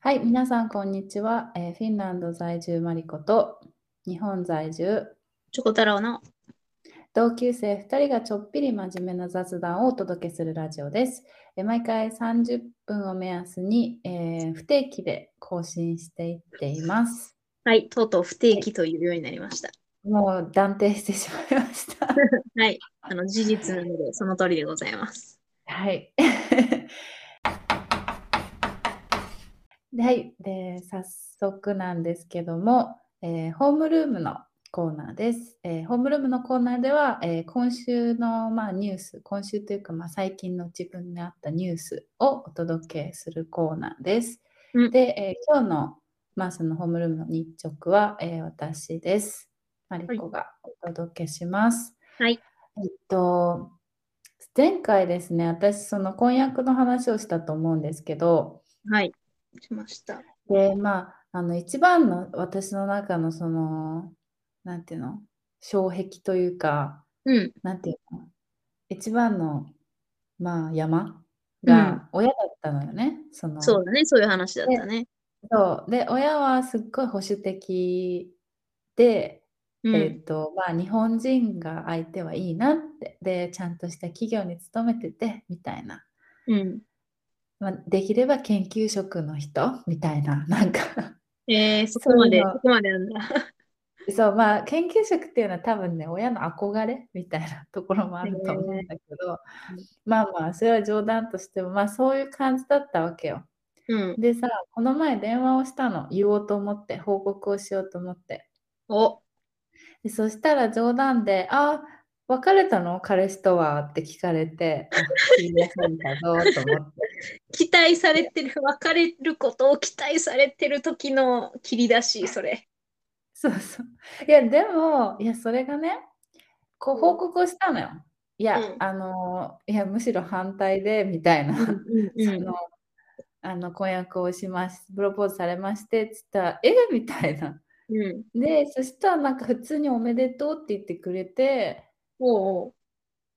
はい、皆さん、こんにちは、えーフィンランド在住マリコと日本在住チョコ太郎の。同級生2人がちょっぴり真面目な雑談をお届けするラジオです。えー毎回30分を目安に、えー不定期で更新していっています。はい、とうとう不定期というようになりました。もう断定してしまいました。はい、あの事実なので、その通りでございます。はい。 はい。で、早速なんですけども、えーホームルームのコーナーです。えーホームルームのコーナーでは、えー今週の、まあ、ニュース、今週というか、まあ、最近の自分にあったニュースをお届けするコーナーです。うんで、えー今日の、まあ、そのホームルームの日直は、えー私です。マリコがお届けします。はい。えっと、前回ですね、私、その婚約の話をしたと思うんですけど、はい、しました。で、まあ、あの、一番の私の中の、その、なんていうの、障壁というか、うん、なんていうの、一番の、まあ、山が親だったのよね、その、そうだね、そういう話だったね。そうで、親はすっごい保守的で、うん、えっと、まあ、日本人が相手はいいなって、で、ちゃんとした企業に勤めてて、みたいな。うまあ、できれば研究職の人みたいな、 なんかん。えー、そこまで、そういうのそこまでなんだ。そう、まあ、研究職っていうのは多分ね、親の憧れみたいなところもあると思うんだけど、まあまあ、それは冗談としても、まあ、そういう感じだったわけよ。うん。でさ、この前電話をしたの、言おうと思って、報告をしようと思って。お、でそしたら冗談で「あ別れたの彼氏とは」って聞かれて「あすいませんだぞ」と思って期待されてる、別れることを期待されてる時の切り出し、それ。そうそういやでもいやそれがねこう報告をしたのよいや、うんあのいやむしろ反対でみたいな、うん そのあの婚約をしますプロポーズされましてっつったら「えみたいな。うん。でそしたらなんか普通に「おめでとう」って言ってくれておう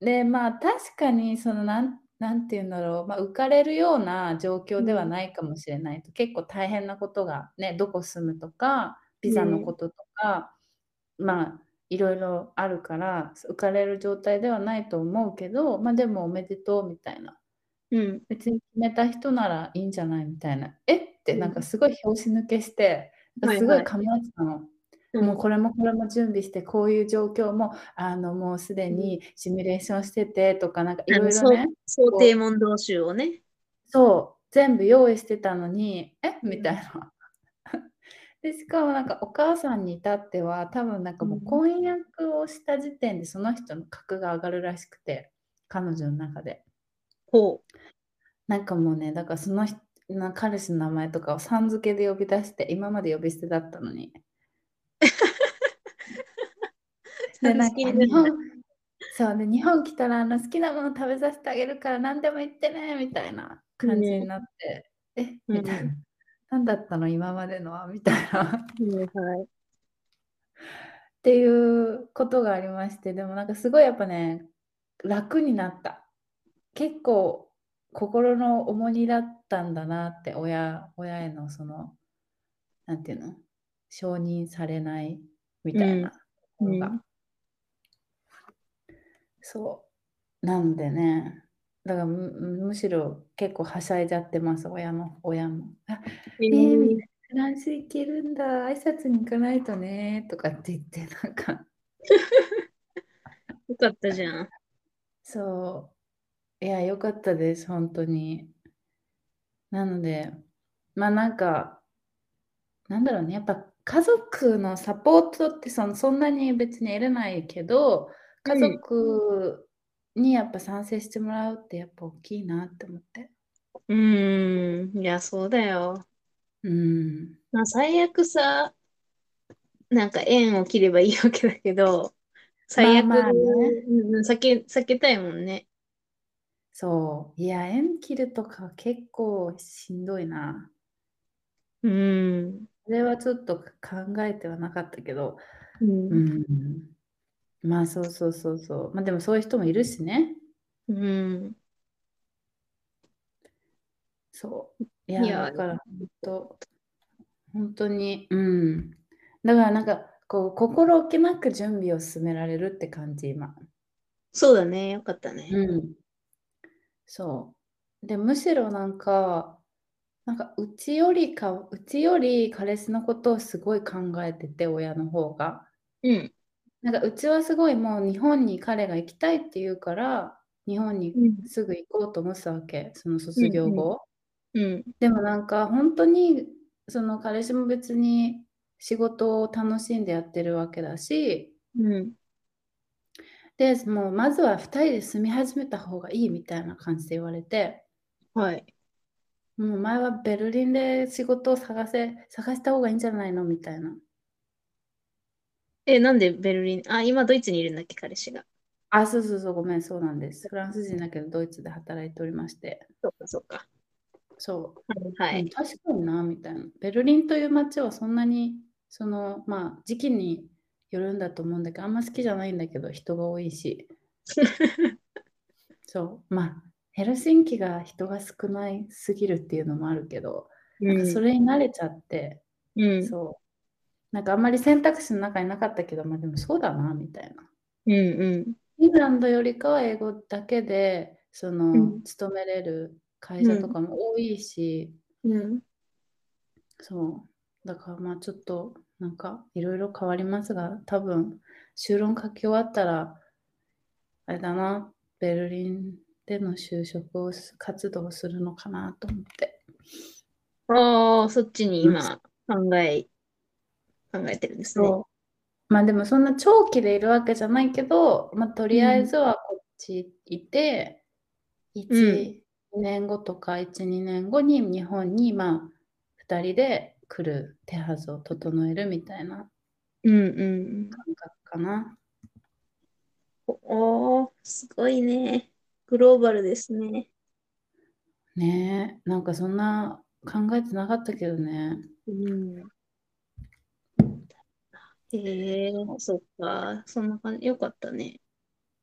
でまあ確かにそのなんなんて言うんだろう、まあ、浮かれるような状況ではうんないかもしれないと、結構大変なことがねどこ住むとかビザのうんこととか、まあいろいろあるから浮かれる状態ではないと思うけどまあでもおめでとうみたいなおう。うん。別に決めた人ならいいんじゃないみたいなえってうんなんかすごい拍子抜けして、なんかすごはいいはい噛み合ってたの。うんもうこれもこれも準備してこういう状況もあのもうすでにシミュレーションしててとかなんかいあろのいそろうね想定問答集をね。そう全部用意してたのにえみたいな。 でしかもなんかお母さんに至っては多分なんかもううん婚約をした時点でその人の格が上がるらしくて彼女の中でほなんかもうねだからその人な彼氏の名前とかをさん付けで呼び出して今まで呼び捨てだったのにう。でなんか好きに日なる本そうね日本来たらあの好きなもの食べさせてあげるから何でも言ってねみたいな感じになって、えみたいな、うん何だったの今までのはみたいなっうんはい。ていうことがありましてでもなんかすごいやっぱね楽になった結構心の重荷だったんだなって親親へのそのなんていうの承認されないみたいなうんのが、うんそうなんでねだからむむしろ結構はしゃいじゃってます親も親もあええー、ーみたいなフランス行けるんだ、挨拶に行かないとね、とかって言って、なんか、よかったじゃん。そう、いや、良かったです、本当に。なので、まあなんか、なんだろうね、やっぱ家族のサポートってそのそんなに別に得れないけど、家族にやっぱ賛成してもらうってやっぱ大きいなって思って。うーん、いや、そうだよ。うん。まあ、最悪さ、なんか縁を切ればいいわけだけど、最悪、まあまあねうんうん避け、避けたいもんね。そう。いや、縁切るとかは結構しんどいな。うん。それはちょっと考えてはなかったけど、う。うんん、まあそうそうそうそう、まあでもそういう人もいるしね、うん。そいや、いやだから本当、本当に、うん。だからなんか、こう、心置きなく準備を進められるって感じ、今。そうだね。よかったね。うん。そう。で、むしろなんか、なんか、うちよりか、うちより彼氏のことをすごい考えてて、親の方が。うん。なんかうちはすごいもう日本に彼が行きたいって言うから日本にうん。すぐ行こうと思ってたわけその卒業後、うん。でもなんか本当にその彼氏も別に仕事を楽しんでやってるわけだしうん。でもうまずは2人で住み始めた方がいいみたいな感じで言われてはい。もう前はベルリンで仕事を探せ探した方がいいんじゃないのみたいなえ、なんでベルリン、あ、今ドイツにいるんだっけ、彼氏が。あそうそうそうごめんそうなんですフランス人だけどドイツで働いておりましてそうか、そうか。そうはうんい。確かになみたいなベルリンという街はそんなにそのまあ時期によるんだと思うんだけどあんま好きじゃないんだけど人が多いしそうまあヘルシンキが人が少ないすぎるっていうのもあるけど、なんかそれに慣れちゃって、うん。うん。そうなんかあんまり選択肢の中になかったけどまあでもそうだなみたいなうん。うん。フィンランドよりかは英語だけでその、うん勤めれる会社とかも多いし、うん。そう。だからまあちょっとなんかいろいろ変わりますが、多分修論書き終わったら、あれだな、ベルリンでの就職をす活動をするのかなと思って。ああ、そっちに今考え、考えてるんですね。う。まあでもそんな長期でいるわけじゃないけど、まあとりあえずはこっちいて、1、2年後とか1、2年後に日本にまあ2人で来る手はずを整えるみたいなうんうん感覚かな。うん。おお、すごいね。グローバルですね。ねえ、なんかそんな考えてなかったけどね。うん。へえ、そっか。そんな感じ。よかったね。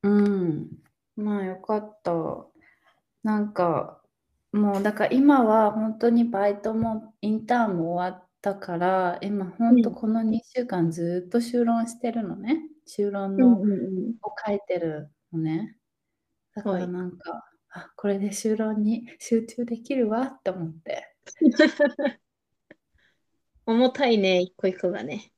うん。まあよかった。なんかもうだから今は本当にバイトもインターンも終わったから、今本当うんこの2週間ずっと修論してるのね。修論うんのうんうん。を書いてるのね。だかはらいなんか、あ、これで修論に集中できるわって思って。重たいね、一個一個がね。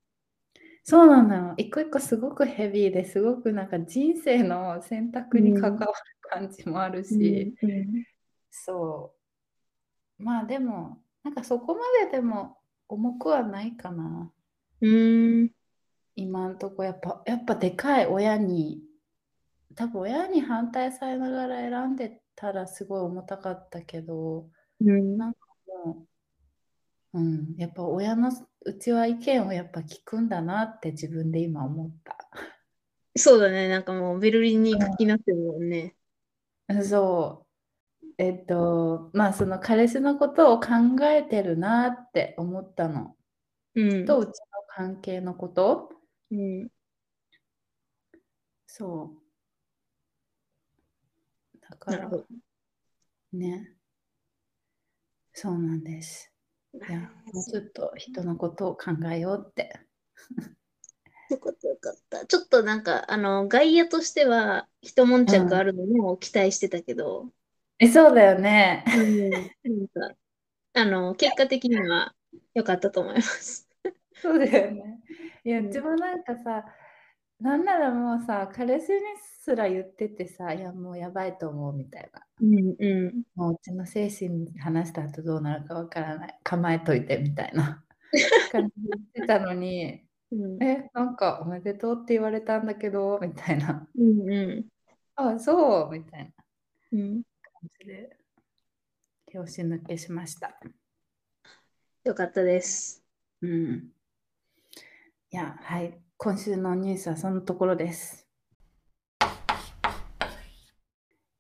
そうなのよ。一個一個すごくヘビーですごくなんか人生の選択に関わる感じもあるし、うんそう。まあでも、なんかそこまででも重くはないかな。うん。今んとこやっぱ、やっぱでかい親に、多分親に反対されながら選んでたらすごい重たかったけど、うん。もう、うん、やっぱ親のうちは意見をやっぱ聞くんだなって自分で今思った。そうだね。なんかもうベルリンに行く気になってるもんね。そう。えっと、まあその彼氏のことを考えてるなって思ったのうん。とうちの関係のことうん。そうだかなるらほど。ねそうなんですいやもうちょっと人のことを考えようってよかったよかった。ちょっとなんか、あの、外野としては、一悶着あるのも期待してたけど、えそうだよねうんなんか、あの、結果的には良かったと思います。そうだよね いやうんうちもなんかさなんならもうさ彼氏にすら言っててさいやもうやばいと思うみたいなうんうん。もううちの精神話した後どうなるかわからない構えといてみたいな感じで言ってたのにうんえなんかおめでとうって言われたんだけどみたいなうんう。あそうみたいなんうん。感じで拍子抜けしましたよかったです。うんいやはい今週のニュースはそのところです、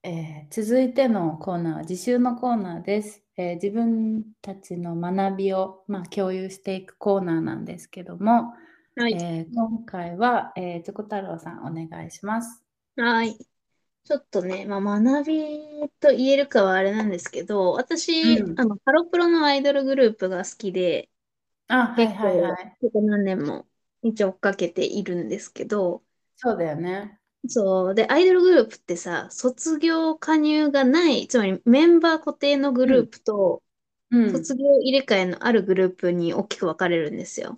えー続いてのコーナーは自習のコーナーです、えー自分たちの学びを、まあ、共有していくコーナーなんですけども、はい。えー今回は、えー、チョコ太郎さんお願いしますはい。ちょっとね、まあ、学びと言えるかはあれなんですけど、私、うんあの、ハロプロのアイドルグループが好きで、あ、はいはいはい。ここ何年も一応追っかけているんですけど、そうだよね。そう、で、アイドルグループってさ、卒業加入がない、つまりメンバー固定のグループと、うん。卒業入れ替えのあるグループに大きく分かれるんですよ。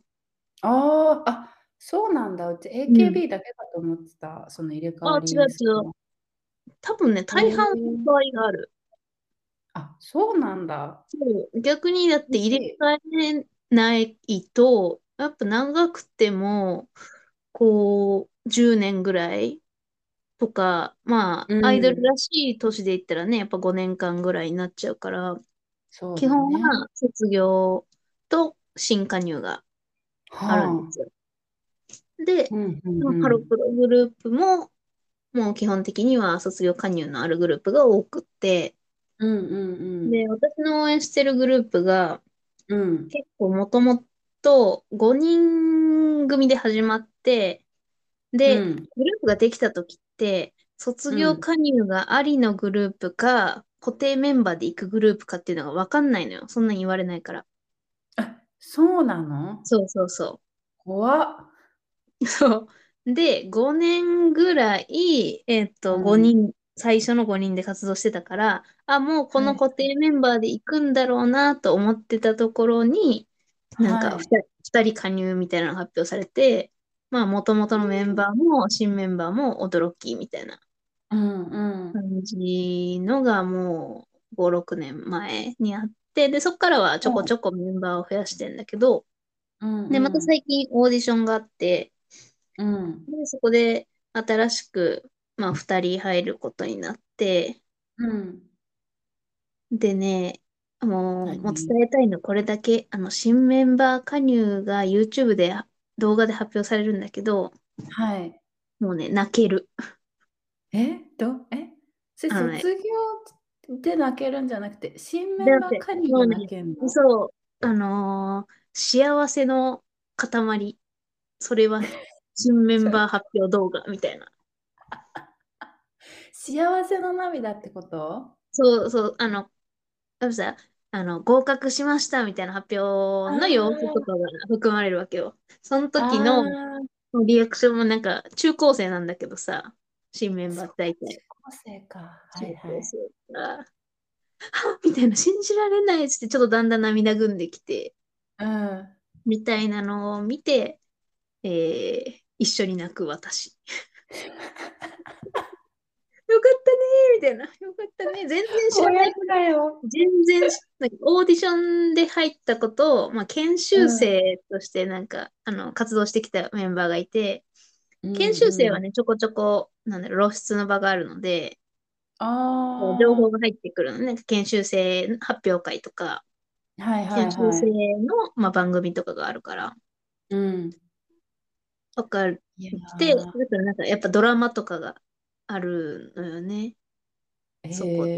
あーあ、そうなんだ。うち AKB だけだと思ってた、その入れ替わりあ違うですけど多分ね、大半の場合がある。あ、そうなんだ。そう逆にだって入れ替えないと、やっぱ長くても、こう、10年ぐらいとか、まうんあ、アイドルらしい年で言ったらね、やっぱ5年間ぐらいになっちゃうから、そうだ基本ね。は卒業と新加入があるんはですよ。であ、うんうんまうあんハロプログループも、もう基本的には卒業加入のあるグループが多くて、うんうんで、私の応援してるグループが、うん。うん。結構もともと5人組で始まって、で、うんグループができた時って、卒業加入がありのグループか、固定メンバーで行くグループかっていうのが分かんないのよ。そんなん言われないから。あ、そうなのそうそうそ怖っ。う。そう。で、5年ぐらい、えっと、うん5人、最初の5人で活動してたから、あ、もうこのはい固定メンバーで行くんだろうなと思ってたところに、なんかは2い人、二人加入みたいなのが発表されて、まあ、もともとのメンバーも新メンバーも驚きみたいなうんうん。感じのがもう5、6年前にあって、で、そこからはちょこちょこメンバーを増やしてんだけど、うんうんで、また最近オーディションがあって、うんで、そこで新しく、まあ、2人入ることになって、うん。でね、もう、何もう伝えたいのこれだけ、あの、新メンバー加入が YouTube で動画で発表されるんだけど、はい。もうね、泣ける。え、ど、え、それあのね卒業で泣けるんじゃなくて、新メンバー加入が泣けるのそう、あのー幸せの塊。それは、新メンバー発表動画みたいな。幸せの涙ってことそうそう、あの、あのさ、あの、合格しましたみたいな発表の様子とかが含まれるわけよ。その時のあーリアクションもなんか、中高生なんだけどさ、新メンバーって大体。高生か。はいはそうい。そうそうあはっみたいな、信じられないっつって、ちょっとだんだん涙ぐんできて、うん。みたいなのを見て、えー一緒に泣く 私。よかったねーみたいな。よかったね。全然知らない。だよ。全然知らない。オーディションで入ったことを、まあ、研修生としてなんか、あの活動してきたメンバーがいて、研修生はね、ね、ちょこちょこ、なんだろう、露出の場があるので、ああ、情報が入ってくるのね。研修生発表会とか、はいはい研修生はい。の、まあ、番組とかがあるから、うん。とかで、いやだーからなんかやっぱドラマとかがあるのよね。そこで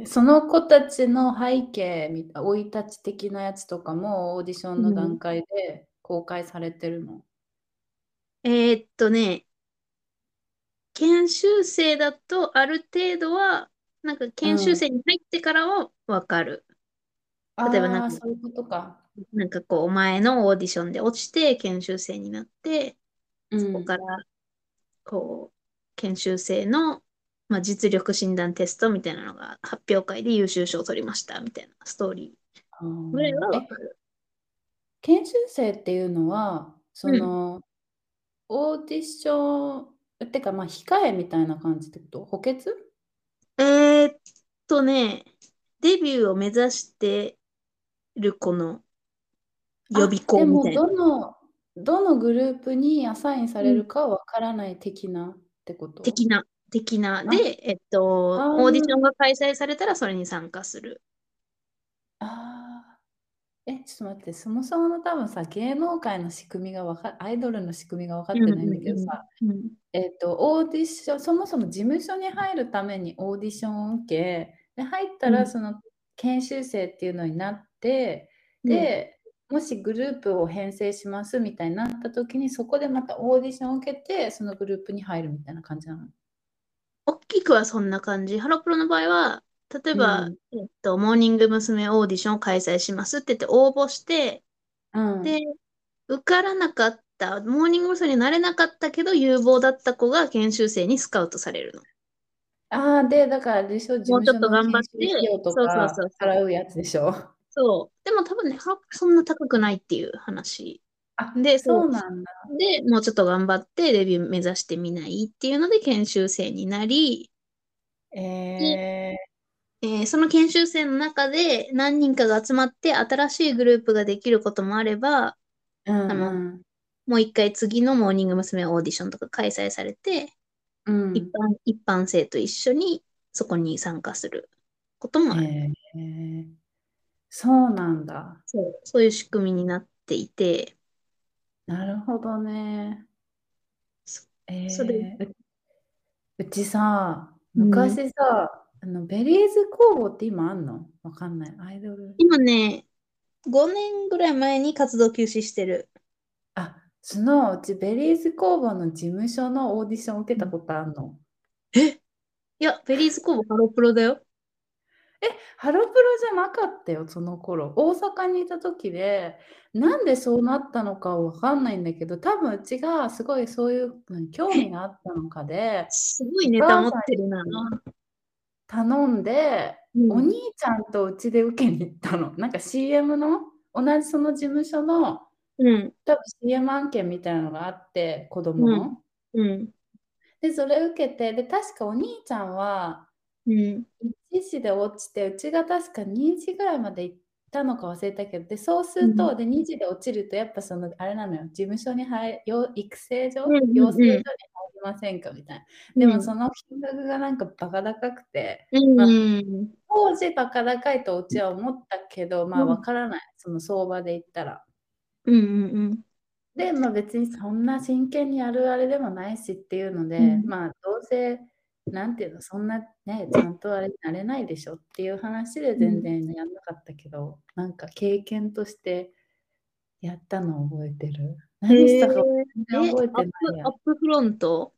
へーその子たちの背景みた生い立ち的なやつとかもオーディションの段階で公開されてるの。えーっとね、研修生だとある程度は、なんか研修生に入ってからはわかる。例えばなんあかあ、そういうことか。なんかこう、前のオーディションで落ちて研修生になって、うんここから、こう、研修生の、まあ、実力診断テストみたいなのが発表会で優秀賞を取りましたみたいなストーリあーーぐらいはわえかる。研修生っていうのは、その、オーディション、てか、まあ、控えみたいな感じってこと補欠えーっとね、デビューを目指してるこの予備校みたいあな。でも、どの、どのグループにアサインされるかわからない的なってこと的な、的な。あで、えっと、あーオーディションが開催されたらそれに参加する。ああ。え、ちょっと待って、そもそもの多分さ、芸能界の仕組みがわか、アイドルの仕組みが分かってないんだけどさ、うんうんうんえっと、オーディション、そもそも事務所に入るためにオーディションを受け、で、入ったうらんその研修生っていうのになって、うんで、もしグループを編成しますみたいになった時に、そこでまたオーディションを受けて、そのグループに入るみたいな感じなの。大きくはそんな感じ。ハロプロの場合は、例えば、うんえっと、モーニング娘。オーディションを開催しますって言って応募して、うんで、受からなかった、モーニング娘。になれなかったけど、有望だった子が研修生にスカウトされるの。ああ、で、だから、でしょ、事もうちょっ務所との頑張って研修費用とそうそうかそうそう払うやつでしょ。そう。でも多分ね、ハロプロそんな高くないっていう話。あ、 で、そうそうなんだ。で、もうちょっと頑張ってデビュー目指してみないっていうので研修生になり、ええーその研修生の中で何人かが集まって新しいグループができることもあれば、ー、うんあのうんもう一回次のモーニング娘。オーディションとか開催されて、うん一般、一般生と一緒にそこに参加することもある。えー、そうなんだ。そう、そういう仕組みになっていて、なるほどね。そえそれー、ううちさ、うん昔さ、あのベリーズ工房って今あんのわかんない。アイドル。今ね、5年ぐらい前に活動休止してる。あ、そのうちベリーズ工房の事務所のオーディション受けたことあんの。いや、ベリーズ工房ハロプロだよ。ハロプロじゃなかったよ、その頃。大阪にいた時で、なんでそうなったのかわかんないんだけど、多分うちがすごいそういうのに興味があったのかで、すごいネタ持ってるな。頼んで、うんお兄ちゃんとうちで受けに行ったの。なんか CM の、同じその事務所の、うん、多分 CM 案件みたいなのがあって、子供の。うん、で、それ受けて、で、確かお兄ちゃんは、うん、 1時で落ちてうちが確か2時ぐらいまで行ったのか忘れたけどでそうすると、うで2時で落ちるとやっぱそのあれなのよ事務所に入よ育成所、うんうんうん養成所に入りませんかみたいなでうもんその金額がなんかバカ高くてうん、当時バカ高いとうちは思ったけどまあうんわからないその相場で言ったら。うん、うん、で、まあ、別にそんな真剣にやるあれでもないしっていうので、うんまあどうせなんていうのそんなねちゃんとあれになれないでしょっていう話で全然やんなかったけど、なんか経験としてやったのを覚えてる。何したか全え、然覚えアッてないプ、やアップフロント、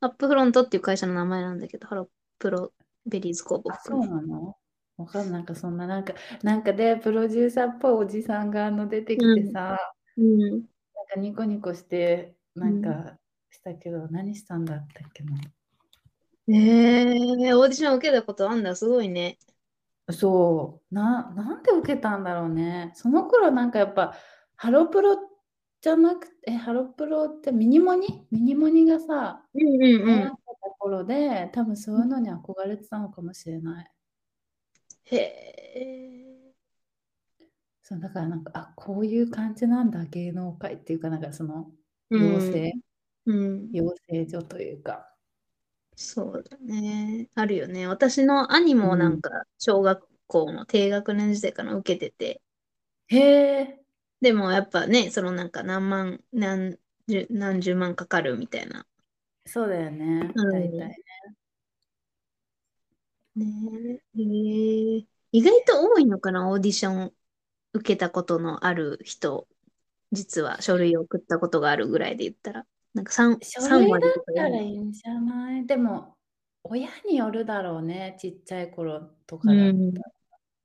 アップフロントっていう会社の名前なんだけど、ハロプロベリーズ工房あそ含うなめ。のわかんないなんかそんななんかなんかでプロデューサーっぽいおじさんがあの出てきてさ、うん。なんかニコニコしてなんうかしたけど、何したんだったっけな。えー、オーディション受けたことあんだ、すごいね。そう、な、なんで受けたんだろうね。その頃なんかやっぱ、ハロプロじゃなくて、ハロプロってミニモニミニモニがさ、うんうん流行ってた頃で、多分そういうのに憧れてたのかもしれない。へえ。そう、だからなんか、あ、こういう感じなんだ、芸能界っていうか、なんかその、うん養成、うん。養成所というか。そうだね。あるよね。私の兄もなんか、小学校の低学年時代から受けてて、へえ、でもやっぱね、そのなんか何万、何十、何十万かかるみたいな。そうだよね、うん大体。ねえ。へえ意外と多いのかな、オーディション受けたことのある人。実は書類を送ったことがあるぐらいで言ったら。なんか3、書三類割だっとかたやらるいいんじゃないでも、親によるだろうね、ちっちゃい頃とかうだったらん。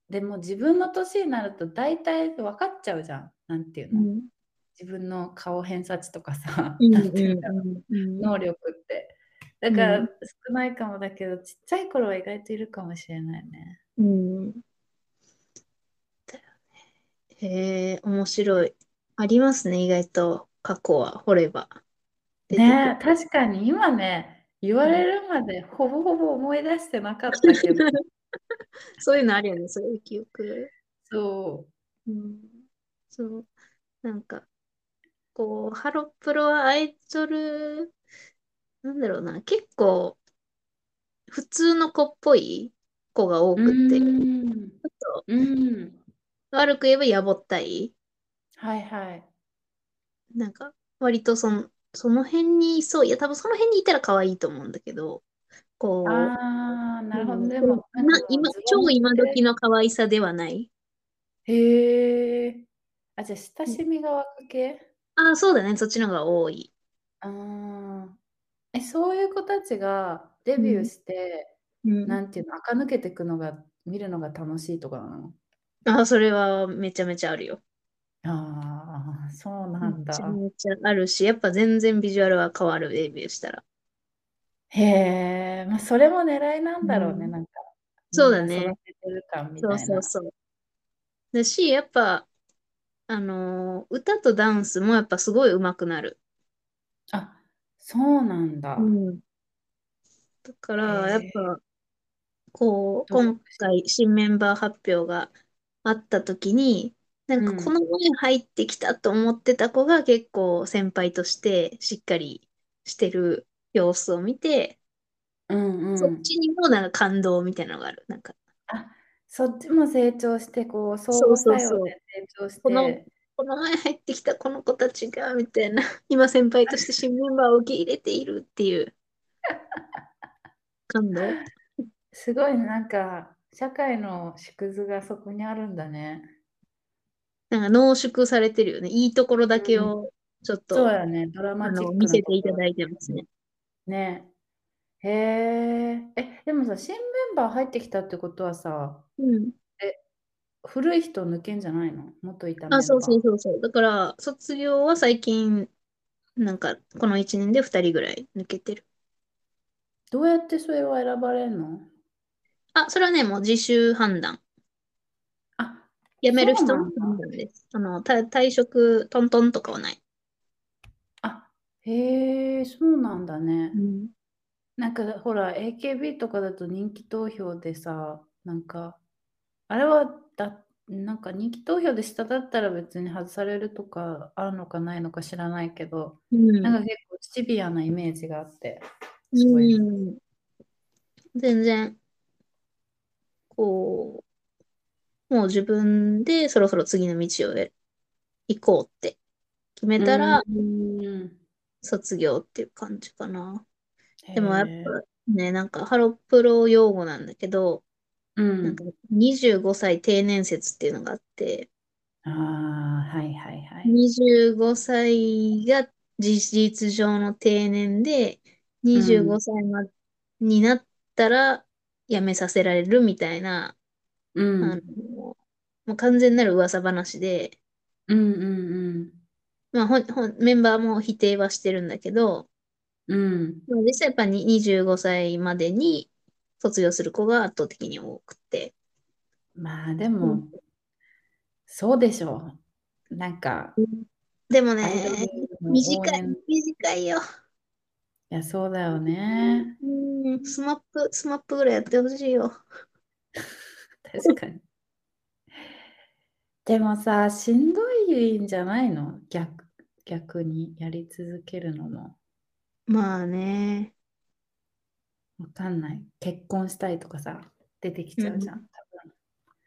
でも自分の年になると大体分かっちゃうじゃん。なんていううの、ん。自分の顔偏差値とかさ、うんなんていうんだろううんうん能力って。だからうん少ないかもだけど、ちっちゃい頃は意外といるかもしれないね。うん。だよね。へえ、面白い。ありますね、意外と。過去は掘れば。出てくるねえ確かに今ね、言われるまでほぼほぼ思い出してなかったけ ど、そういうのあるよね、そういう記憶。そうん。そう。なんか、こう、ハロプロはアイドル、なんだろうな、結構、普通の子っぽい子が多う。くて、うちょん。っとうん。悪く言えばやぼったい。はいはい。なんか、割とその、その辺にいそう。いや、多分その辺にいたら可愛いと思うんだけど、こう、ああ、なるほうど。んでも、今、なんか今、ズボン超今って時の可愛さではない。へえ。あ、じゃあ、親しみが湧く系ああ、そうだね。そっちの方が多い。ああ。え、そういう子たちが、デビューして、うんなんていうの、垢抜けてくのが、見るのが楽しいとかなのあ、それはめちゃめちゃあるよ。ああ、そうなんだめち。ゃめちゃあるし、やっぱ全然ビジュアルは変わる、デビューしたら。へえ、まあ、それも狙いなんだろうね、うんなんか。そうだねみんな育ててる感みたいそな。うそうそう。だし、やっぱ、あのー歌とダンスもやっぱすごい上手くなる。あ、そうなんだ。うんだから、へやっえぱ、こう、努力今回新メンバー発表があった時に、なんかうんこの前入ってきたと思ってた子が結構先輩としてしっかりしてる様子を見て、うんうそっん。ちにもなんか感動みたいなのがある。なんか、そっちも成長して、こう、相そ互うそ作うそう用で成長しこのて、この前入ってきたこの子たちが、みたいな、今先輩として新メンバーを受け入れているっていう感動。すごいなんか、社会の縮図がそこにあるんだね。なんか濃縮されてるよね。いいところだけをちそょっうと、だね、ドラあマチッのク見なせとていたころだいてますね。ね。へえ。え、でもさ、新メンバー入ってきたってことはさ、うん。古い人抜けんじゃないの元いたメンバあ、ー。そうそうそうそう。だから、卒業は最近、なんか、この1年で2人ぐらい抜けてる。どうやってそれは選ばれるのあ、それはね、もう自主判断。あ、辞める人のそうな判んだ断です。あの、た退職、トントンとかはない。あ、へえ、そうなんだね。うん。なんかほら、AKB とかだと人気投票でさ、なんか、あれはだ、なんか人気投票で下だったら別に外されるとかあるのかないのか知らないけど、うんなんか結構シビアなイメージがあって、すごい。うん。全然、こう、もう自分でそろそろ次の道をえ行こうって決めたら、うん卒業っていう感じかな。へでもやっぱえね、なんかハロプロ用語なんだけど、うなんんか。25歳定年説っていうのがあって、ああ、はいはいはい。 25歳が事実上の定年で、25うん歳まになったら辞めさせられるみたいな、うあん。の、もう完全なる噂話で、うんうんまあ、ほんほんメンバーも否定はしてるんだけど、うん。うん。まあ実際やっぱり25歳までに卒業する子が圧倒的に多くて。まあでうもん、そうでしょう。なんか、でもアイドルね、の応短い援、い、短いよ。や、そうだよね。うん、スマップ、スマップぐらいやってほしいよ。確かに。 でもさ、しんどいんじゃないの逆、逆にやり続けるのも。まあね。わかんない。結婚したいとかさ、出てきちゃうじゃん。多分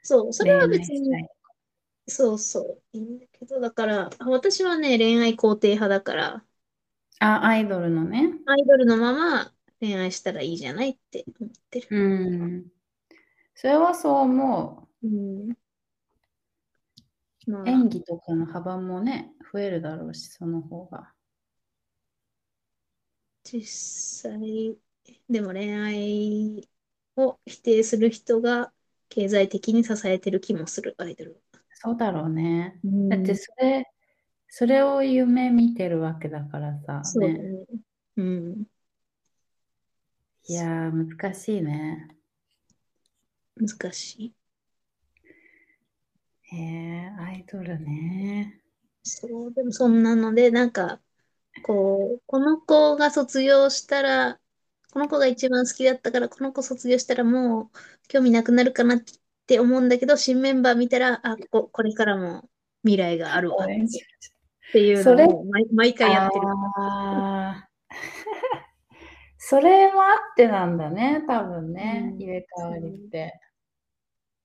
そう、それは恋別愛したに、い。そうそう、いいんだけど、だから、私はね、恋愛肯定派だから、あ、アイドルのね。アイドルのまま恋愛したらいいじゃないって思ってる。うん。それはそう思うん。まう。あ、演技とかの幅もね、増えるだろうし、その方が。実際、でも恋愛を否定する人が経済的に支えてる気もする、アイドルは。そうだろうね。うんだってそれ、それを夢見てるわけだからさ、そうだね。ね。うん。いやー、難しいね。難しい。へえ、アイドルね。そう、でもそんなので、なんか、こう、この子が卒業したら、この子が一番好きだったから、この子卒業したらもう興味なくなるかなって思うんだけど、新メンバー見たら、あ、こ、これからも未来があるわ応っ援していうそれのを毎、毎回やってる。あー それもあってなんだね、多分ねう。ん入れ替わりって。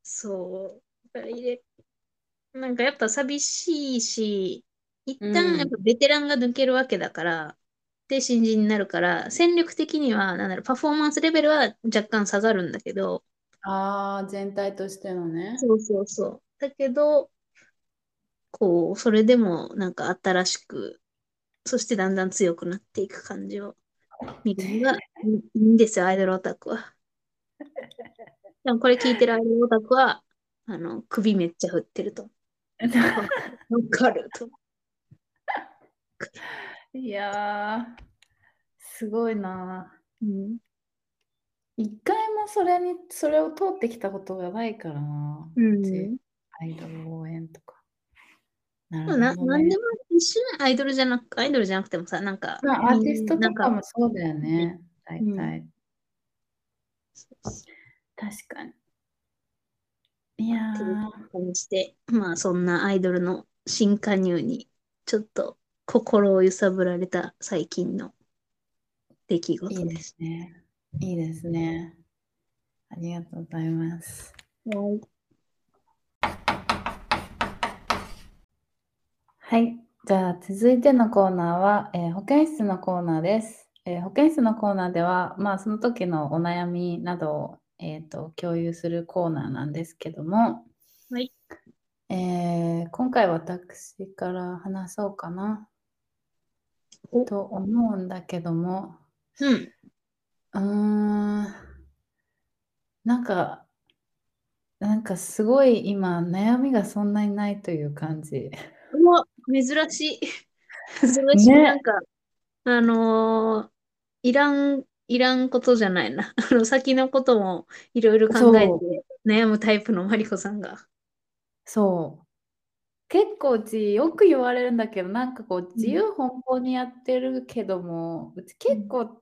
そう。だから入れなんかやっぱ寂しいし、一う旦んやっぱベテランが抜けるわけだから、で、新人になるから、戦力的には、なんだろう、パフォーマンスレベルは若干下がるんだけど、ああ、全体としてのね。そうそうそう。だけど、こう、それでもなんか新しく、そしてだんだん強くなっていく感じをみたいな、いいんですよ、アイドルオタクは。でもこれ聞いてるアイドルオタクは、あの、首めっちゃ振ってると。わかると。 いやー、すごいな。うん。一回もそれに、それを通ってきたことがないからな。うん。アイドル応援とか。なでもな、るほどなねんでも一緒にアイドルじゃなく、アイドルじゃなくてもさ、なんか、まあ、アーティストなとんかか、もそうだよね。大うん体。確かに。いやっていうー、感じで、まあそんなアイドルの新加入にちょっと心を揺さぶられた最近の出来い事いで。ですすね。いいですね。ありがとうございます。はい、はい。じゃあ、続いてのコーナーは、えー保健室のコーナーです。えー保健室のコーナーでは、まあ、その時のお悩みなどを、えーと、共有するコーナーなんですけども、はいえー今回私から話そうかなおと思うんだけども、うん。うーんなんか、なんかすごい今悩みがそんなにないという感じ。うわ、珍しい。 珍しい。ねなんか、あのーいらん、いらんことじゃない な。あの、先のこともいろいろ考えてそ悩むタイプのマリコさんが。そう。結構うちよく言われるんだけど、なんかこう自うん由奔放にやってるけども、うち結構、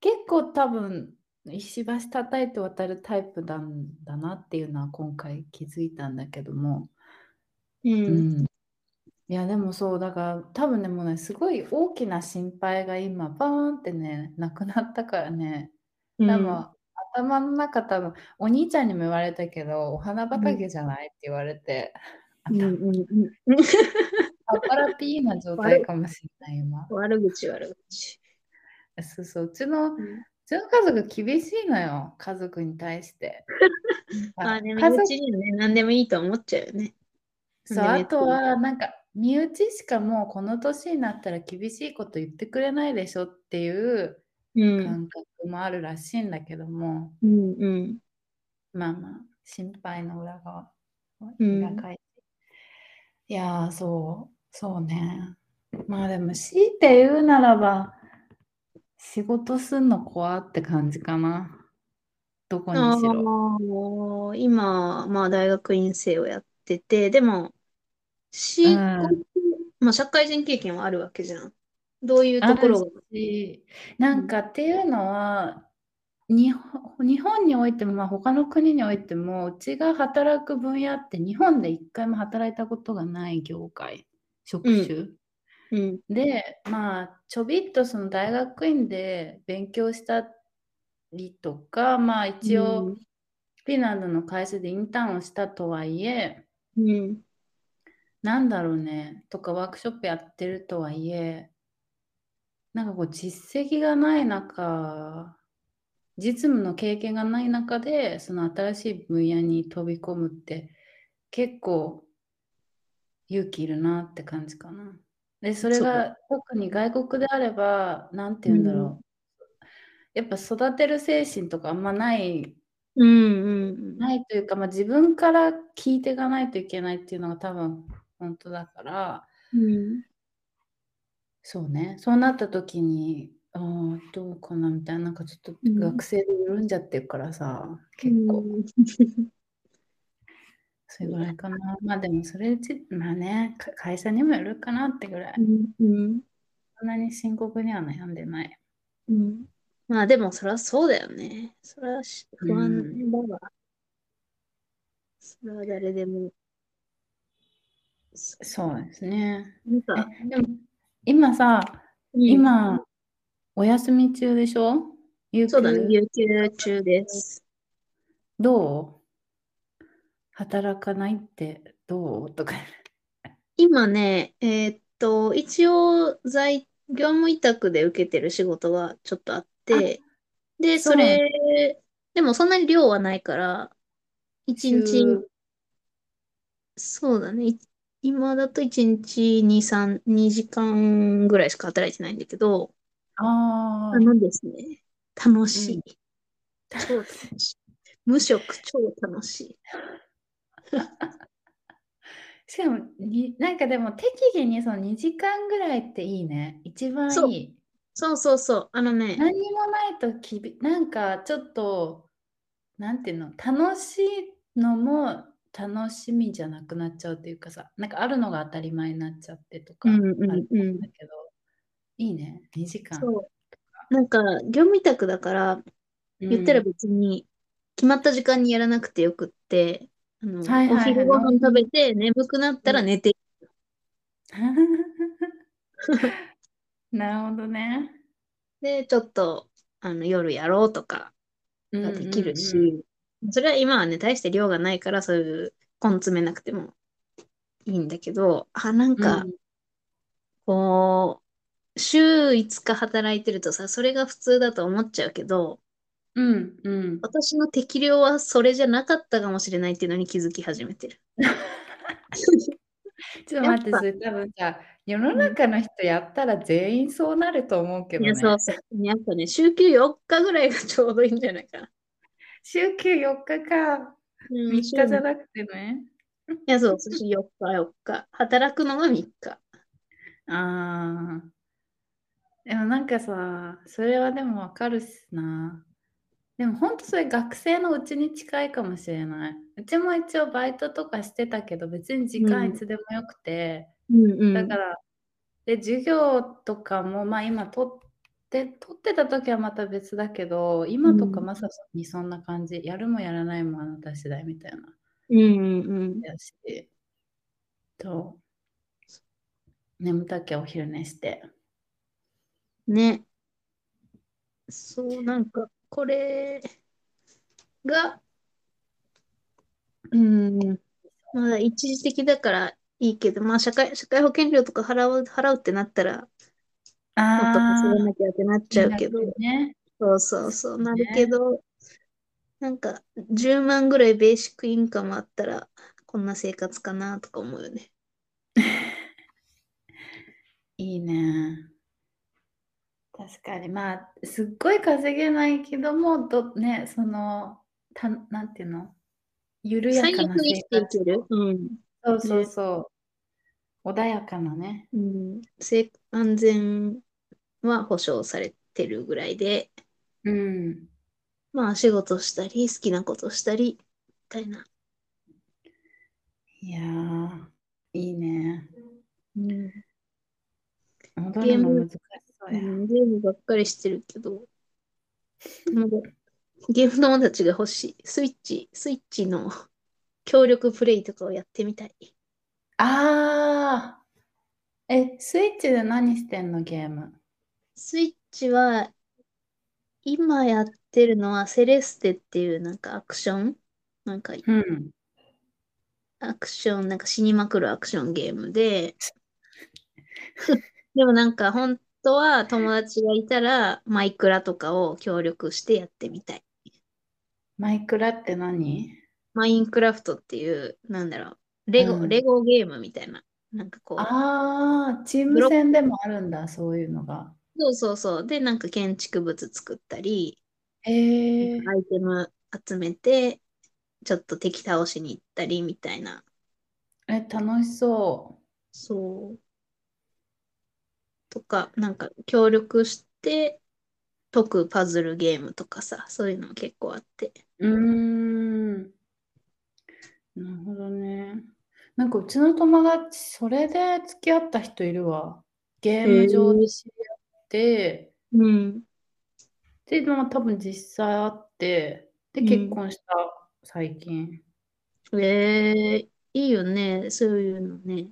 結構多分石橋叩いて渡るタイプなんだなっていうのは今回気づいたんだけども。う。うんんいやでもそうだから多分ねもうねすごい大きな心配が今バーンってねなくなったからねうん。多分、頭の中多分お兄ちゃんにも言われたけどお花畑じゃないって言われて、うん頭うんうん。パッパラピーな状態かもしれない今悪口悪口。そうそううちのううんちの家族厳しいのよ家族に対してま あでも、家族うちにはね、何でもいいと思っちゃうよね。そう、あなんで別にとはなんか身内しかもうこの年になったら厳しいこと言ってくれないでしょっていううん。感覚もあるらしいんだけども、うんうん。まあまあ心配の裏側うん裏返しいやーそうそうねまあでも強いて言うならば仕事すんの怖って感じかなどこにあしろあ、今、まあ大学院生をやってて、でも、仕事、うんまあ社会人経験はあるわけじゃん。どういうところが、しなんかっていうのは日本日本においても、まあ、他の国においてもうちが働く分野って日本で一回も働いたことがない業界職種、うん、でまあちょびっとその大学院で勉強したりとかまあ一う応んフィンランドの会社でインターンをしたとはいえうん、なんだろうねとかワークショップやってるとはいえなんかこう実績がない中実務の経験がない中でその新しい分野に飛び込むって結構勇気いるなって感じかな。でそれが特に外国であれば何て言うんだろう、やっぱ育てる精神とかあんまないうん、うん、ないというか、まあ、自分から聞いていかないといけないっていうのが多分本当だから。うん、そうね、そうなった時に、ああ、どうかなみたいな、なんかちょっとうん学生で緩んじゃってるからさ、結構、うんそれぐらいかな。まあでも、それうち、まあね、か会社にもよるかなってぐらい、うん、そんなに深刻には悩んでない。うん。まあでも、そりゃそうだよね。そりゃし不安だわ。それは誰でも。そそうですね。なんか、え、でも、今さ、うん今、お休み中でしょ有そうだね、給有給中です。どう働かないってどうとか。今ね、えーっと、一応在、業務委託で受けてる仕事がちょっとあって、で、そうそれ、でもそんなに量はないから、一日、週そうだね、い今だと一日2、3、2時間ぐらいしか働いてないんだけど、 あああ、のですね、楽しい。超楽しい。無職超楽しい。しかもに、なんかでも適宜にその2時間ぐらいっていいね。一番そういい。そうそうそう。あのね、何もないときび、なんかちょっと、なんていうの、楽しいのも楽しみじゃなくなっちゃうっていうかさ、なんかあるのが当たり前になっちゃってとうかんあるうんと思ううんん。だけど、いいね、2時間。そう。なんか、業務委託だから、う言ったらん。別に、決まった時間にやらなくてよくって、あの、はいはいおは昼い、ご飯のん食びべり。て、眠くなったら寝て、うん なるほどね。で、ちょっと、あの、夜やろうとかうんができるうんうん。し、それは今はね、大して量がないから、そういう、根詰めなくてもいいんだけど、あ、なんうか、ん。こう、週5日働いてるとさ、それが普通だと思っちゃうけど、うんうん。私の適量はそれじゃなかったかもしれないっていうのに気づき始めてる。ちょっとやっ待って、ぱ、それ多分さ、世のうん中の人やったら全員そうなると思うけいどや、そうね。そう。やっぱね、週休4日ぐらいがちょうどいいんじゃないかな。週休4日か、うん、 3週日じに。ゃいなくてね。や、そう、そう週4日、4日。働くのが3日。ああ、でもなんかさ、それはでもわかるしな。でも本当それ学生のうちに近いかもしれない。うちも一応バイトとかしてたけど、別に時う間いん、つでもよくて、うんうだかん、ら、で、授業とかも、まあ今取って、取ってた時はまた別だけど、う今とかん、まさにそんな感じ、やるもやらないもあなた次第みたいな。うんうんうん。やし、と、眠たきゃお昼寝して。ね。そう、なんか、これが、うん、まだ一時的だからいいけど、まあ、社会、社会保険料とか払う、払うってなったら、もっと稼あがあ、なきゃってなっちゃ金うけ額ど、ね。そうそうそそう、うなるけね。ど、なんか、10万ぐらいベーシックインカムあったら、こんな生活かなとか思うよね。いいね。確かに。まあ、すっごい稼げないけども、ど、ね、その、た、なんていうの緩や最か悪な生き生てい活ける。を。うん。そうそうね。そう。穏やかなね。うん。せ、安全は保障されてるぐらいで、うん。まあ、仕事したり、好きなことしたり、みたいな。いやー、いいね。うん。戻ゲるーのム、難しそううや。ん、ゲームばっかりしてるけど、友達ゲーム友達が欲しい。スイッチ、スイッチの協力プレイとかをやってみたい。あー、え、スイッチで何してんのゲーム。スイッチは、今やってるのはセレステっていうなんかアクションなんかうん。アクション、なんか死にまくるアクションゲームで、でもなんか本当は友達がいたらマイクラとかを協力してやってみたい。マイクラって何マインクラフトっていう、なんだろう、うレゴ、レん。ゴゲームみたいな。なんかこう、ああ、チーブムロッ戦でもあるんだ、そういうのが。ク、そうそうそう。で、なんか建築物作ったり、なんへかえ、アイテム集めて、ちょっと敵倒しに行ったりみたいな。え、楽しそそう。とか、なんか協力して解くパズルゲームとかさ、そういうのも結構あって。う。うーん、なるほどね。なんかうちの友達、それで付き合った人いるわ。ゲへーム上でえ知り合って、うん、で、まあ多分実際会って、で、う結ん。婚した、最近。ええいいよね、そういうのね。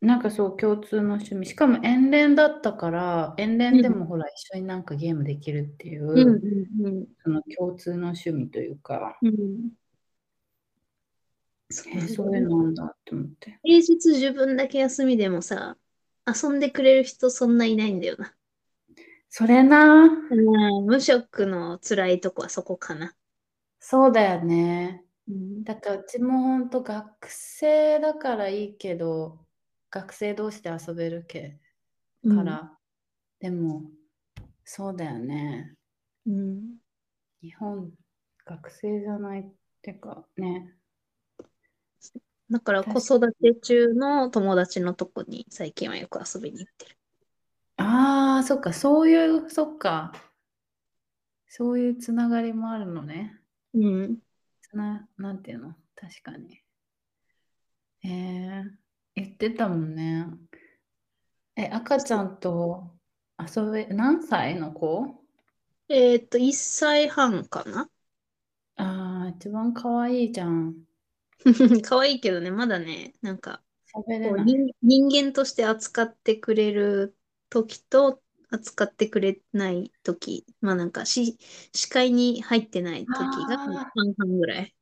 なんかそう、共通の趣味。しかも遠恋だったから、遠う恋でん、もほら、一緒になんかゲームできるっていうん、う、うん、その共通の趣味というか、うん。そうえーだそういね。うのあるんだって思って。平日自分だけ休みでもさ、遊んでくれる人そんないないんだよな。それな、うん、無職の辛いとこはそこかな。そうだよね。うん、だからうちもほんと学生だからいいけど、学生同士で遊べるけうかん、ら、でも。そうだよね。うん。日本、学生じゃないってか、ね。だから子育て中の友達のとこに最近はよく遊びに行ってる。ああ、そっか、そういう、そっか。そういうつながりもあるのね。うん。つな、なんていうの確かに。えー、言ってたもんね。え、赤ちゃんと遊べ、何歳の子えっと、1歳半かな ああー、一番可愛いじゃん。可愛いけどね、まだね、なんか、喋れこうない。人、人間として扱ってくれる時と、扱ってくれない時、まあなんかし、視界に入ってない時があー半々ぐらい。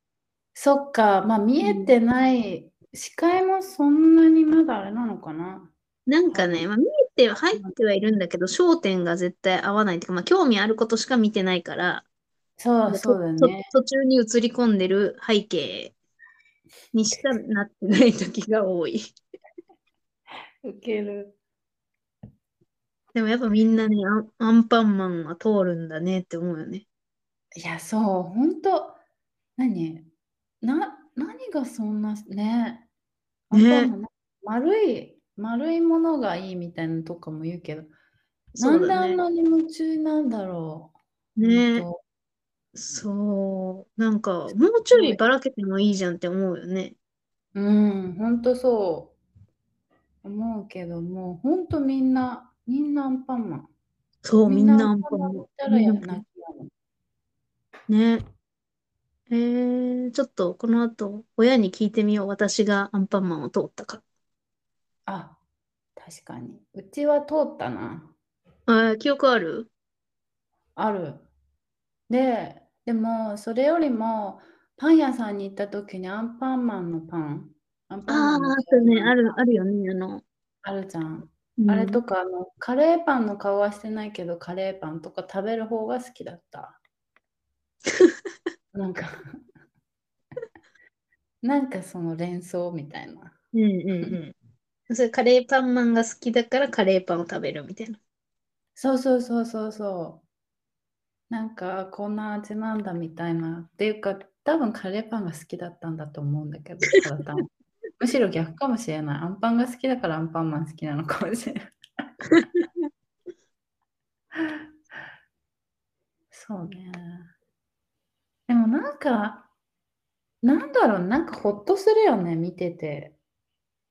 そっか、まあ見えてない、視界もそんなにまだあれなのかな。なんかね、まあ、見えては入ってはいるんだけど、焦点が絶対合わないっていうか、まあ、興味あることしか見てないから、そなんう、かそうだよね。とと途中に映り込んでる背景にしかなってない時が多い。ウケる。でもやっぱみんなね、アンアンパンマンは通るんだねって思うよね。いや、そう、ほんと、何な、何がそんな、ね、アンねパンマンな丸い、丸いものがいいみたいなのとかも言うけど、そうなだんでね。あんなに夢中なんだろう。ね、ほんとそう。なんか、もうちょいばらけてもいいじゃんって思うよね。うん、ほんとそう思うけど、もうほんとみんな、みんなアンパンマン。そう、みみんんななアアンンパパンンマンマン。見たらみんやなアンパ泣ンきやむ。マンね。えー、ちょっとこの後、親に聞いてみよう。私がアンパンマンを通ったか。あ、確かに。うちは通ったな。あー、記憶あるある。で、でもそれよりもパン屋さんに行った時にアンパンマンのパン、アンパンマああンのー、皮そうね、のある、あるよね、あの、あるじゃん。うあれん。とかあのカレーパンの顔はしてないけどカレーパンとか食べる方が好きだった。 なんかなんかその連想みたいな。うんうんうん。それカレーパンマンが好きだからカレーパンを食べるみたいな。そうそうそうそうそう。なんかこんな味なんだみたいな。っていうか多分カレーパンが好きだったんだと思うんだけ ど、ただ単にむしろ逆かもしれない。アンパンが好きだからアンパンマン好きなのかもしれ ない。そうね。でもなんか、なんだろう、なんかほっとするよね、見てて。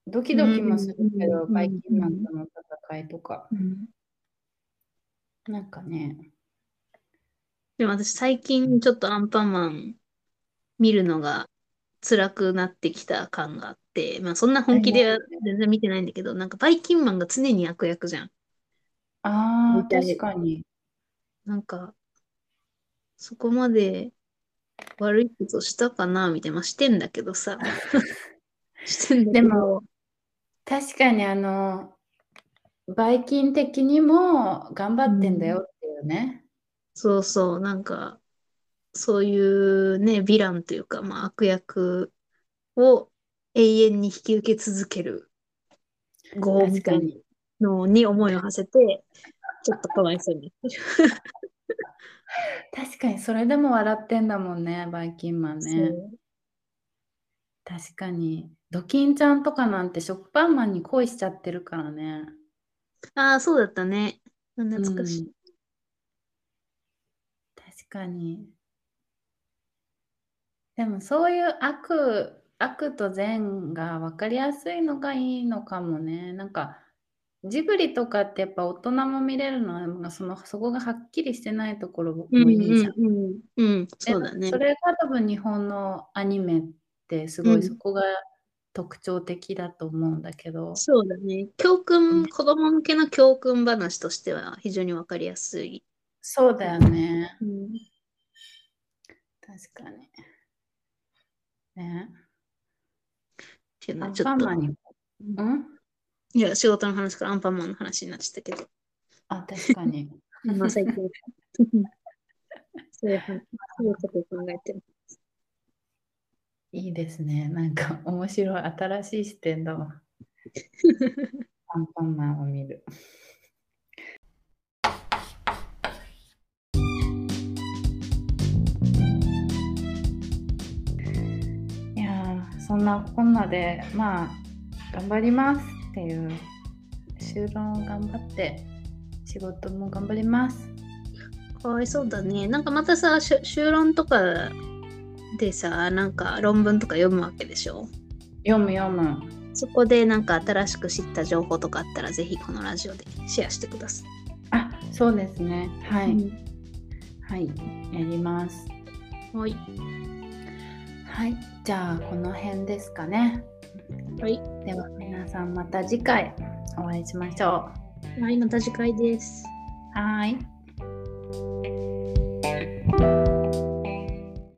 ドキうドんキもするけど、うバイんキうンマンんとの戦いとか。うん。なんかね。でも私最近ちょっとアンパンマン見るのが辛くなってきた感があって、まあそんなあ本気では全然見てないんだけど、なんかバイキンマンが常に悪役じゃん。あ大ー、確体かに。なんかそこまで悪いことしたかなみたいな、まあしてんだけど さ。してんだでけも、ど。確かにあの、バイキン的にも頑張うってんだんよっていうね。そうそう、なんか、そういうね、ヴィランというか、まあ、悪役を永遠に引き受け続ける業確みたかいに。なのに思いを馳せて、ちょっとかわいそうになってる。確かに、それでも笑ってんだもんね、バイキンマンそね。う。確かに。ドキンちゃんとかなんて食パンマンに恋しちゃってるからね。ああ、そうだったね。あう懐かしん、い。確かに。でもそういう悪、悪と善が分かりやすいのがいいのかもね。なんか、ジブリとかってやっぱ大人も見れるのは、なんかその、そこがはっきりしてないところうもんいいじゃん。うんうん。うん、でそうだね。それが多分日本のアニメってすうごいそん。こが特徴的だと思うんだけど。そうだね。教訓、子供向けの教訓話としては非常にわかりやすいそうかだよな。ね。うん。確かに。ね。っていうのアはンちょっパンと。マンに、うんんいや、仕事の話からアンパンマンの話になっちゃったけど。あ、確か に。まあ最近、そういう話、そういうことを考えてる。いいですね。なんか面白い、新しい視点だわ。アンパンマンを見る。そんなこんなで、まあ、頑張りますっていう、就論を頑張って、仕事も頑張ります。かわいそうだね。なんかまたさ、しゅ修論とかでさ、なんか論文とか読むわけでしょ。読む読む。そこでなんか新しく知った情報とかあったら、ぜひこのラジオでシェアしてくださ。あ、そうですね。はいい、はい、やります。うんはい。はい、じゃあこの辺ですかね。はい。では皆さんまた次回お会いしましょはい、また次回です。う。はーい。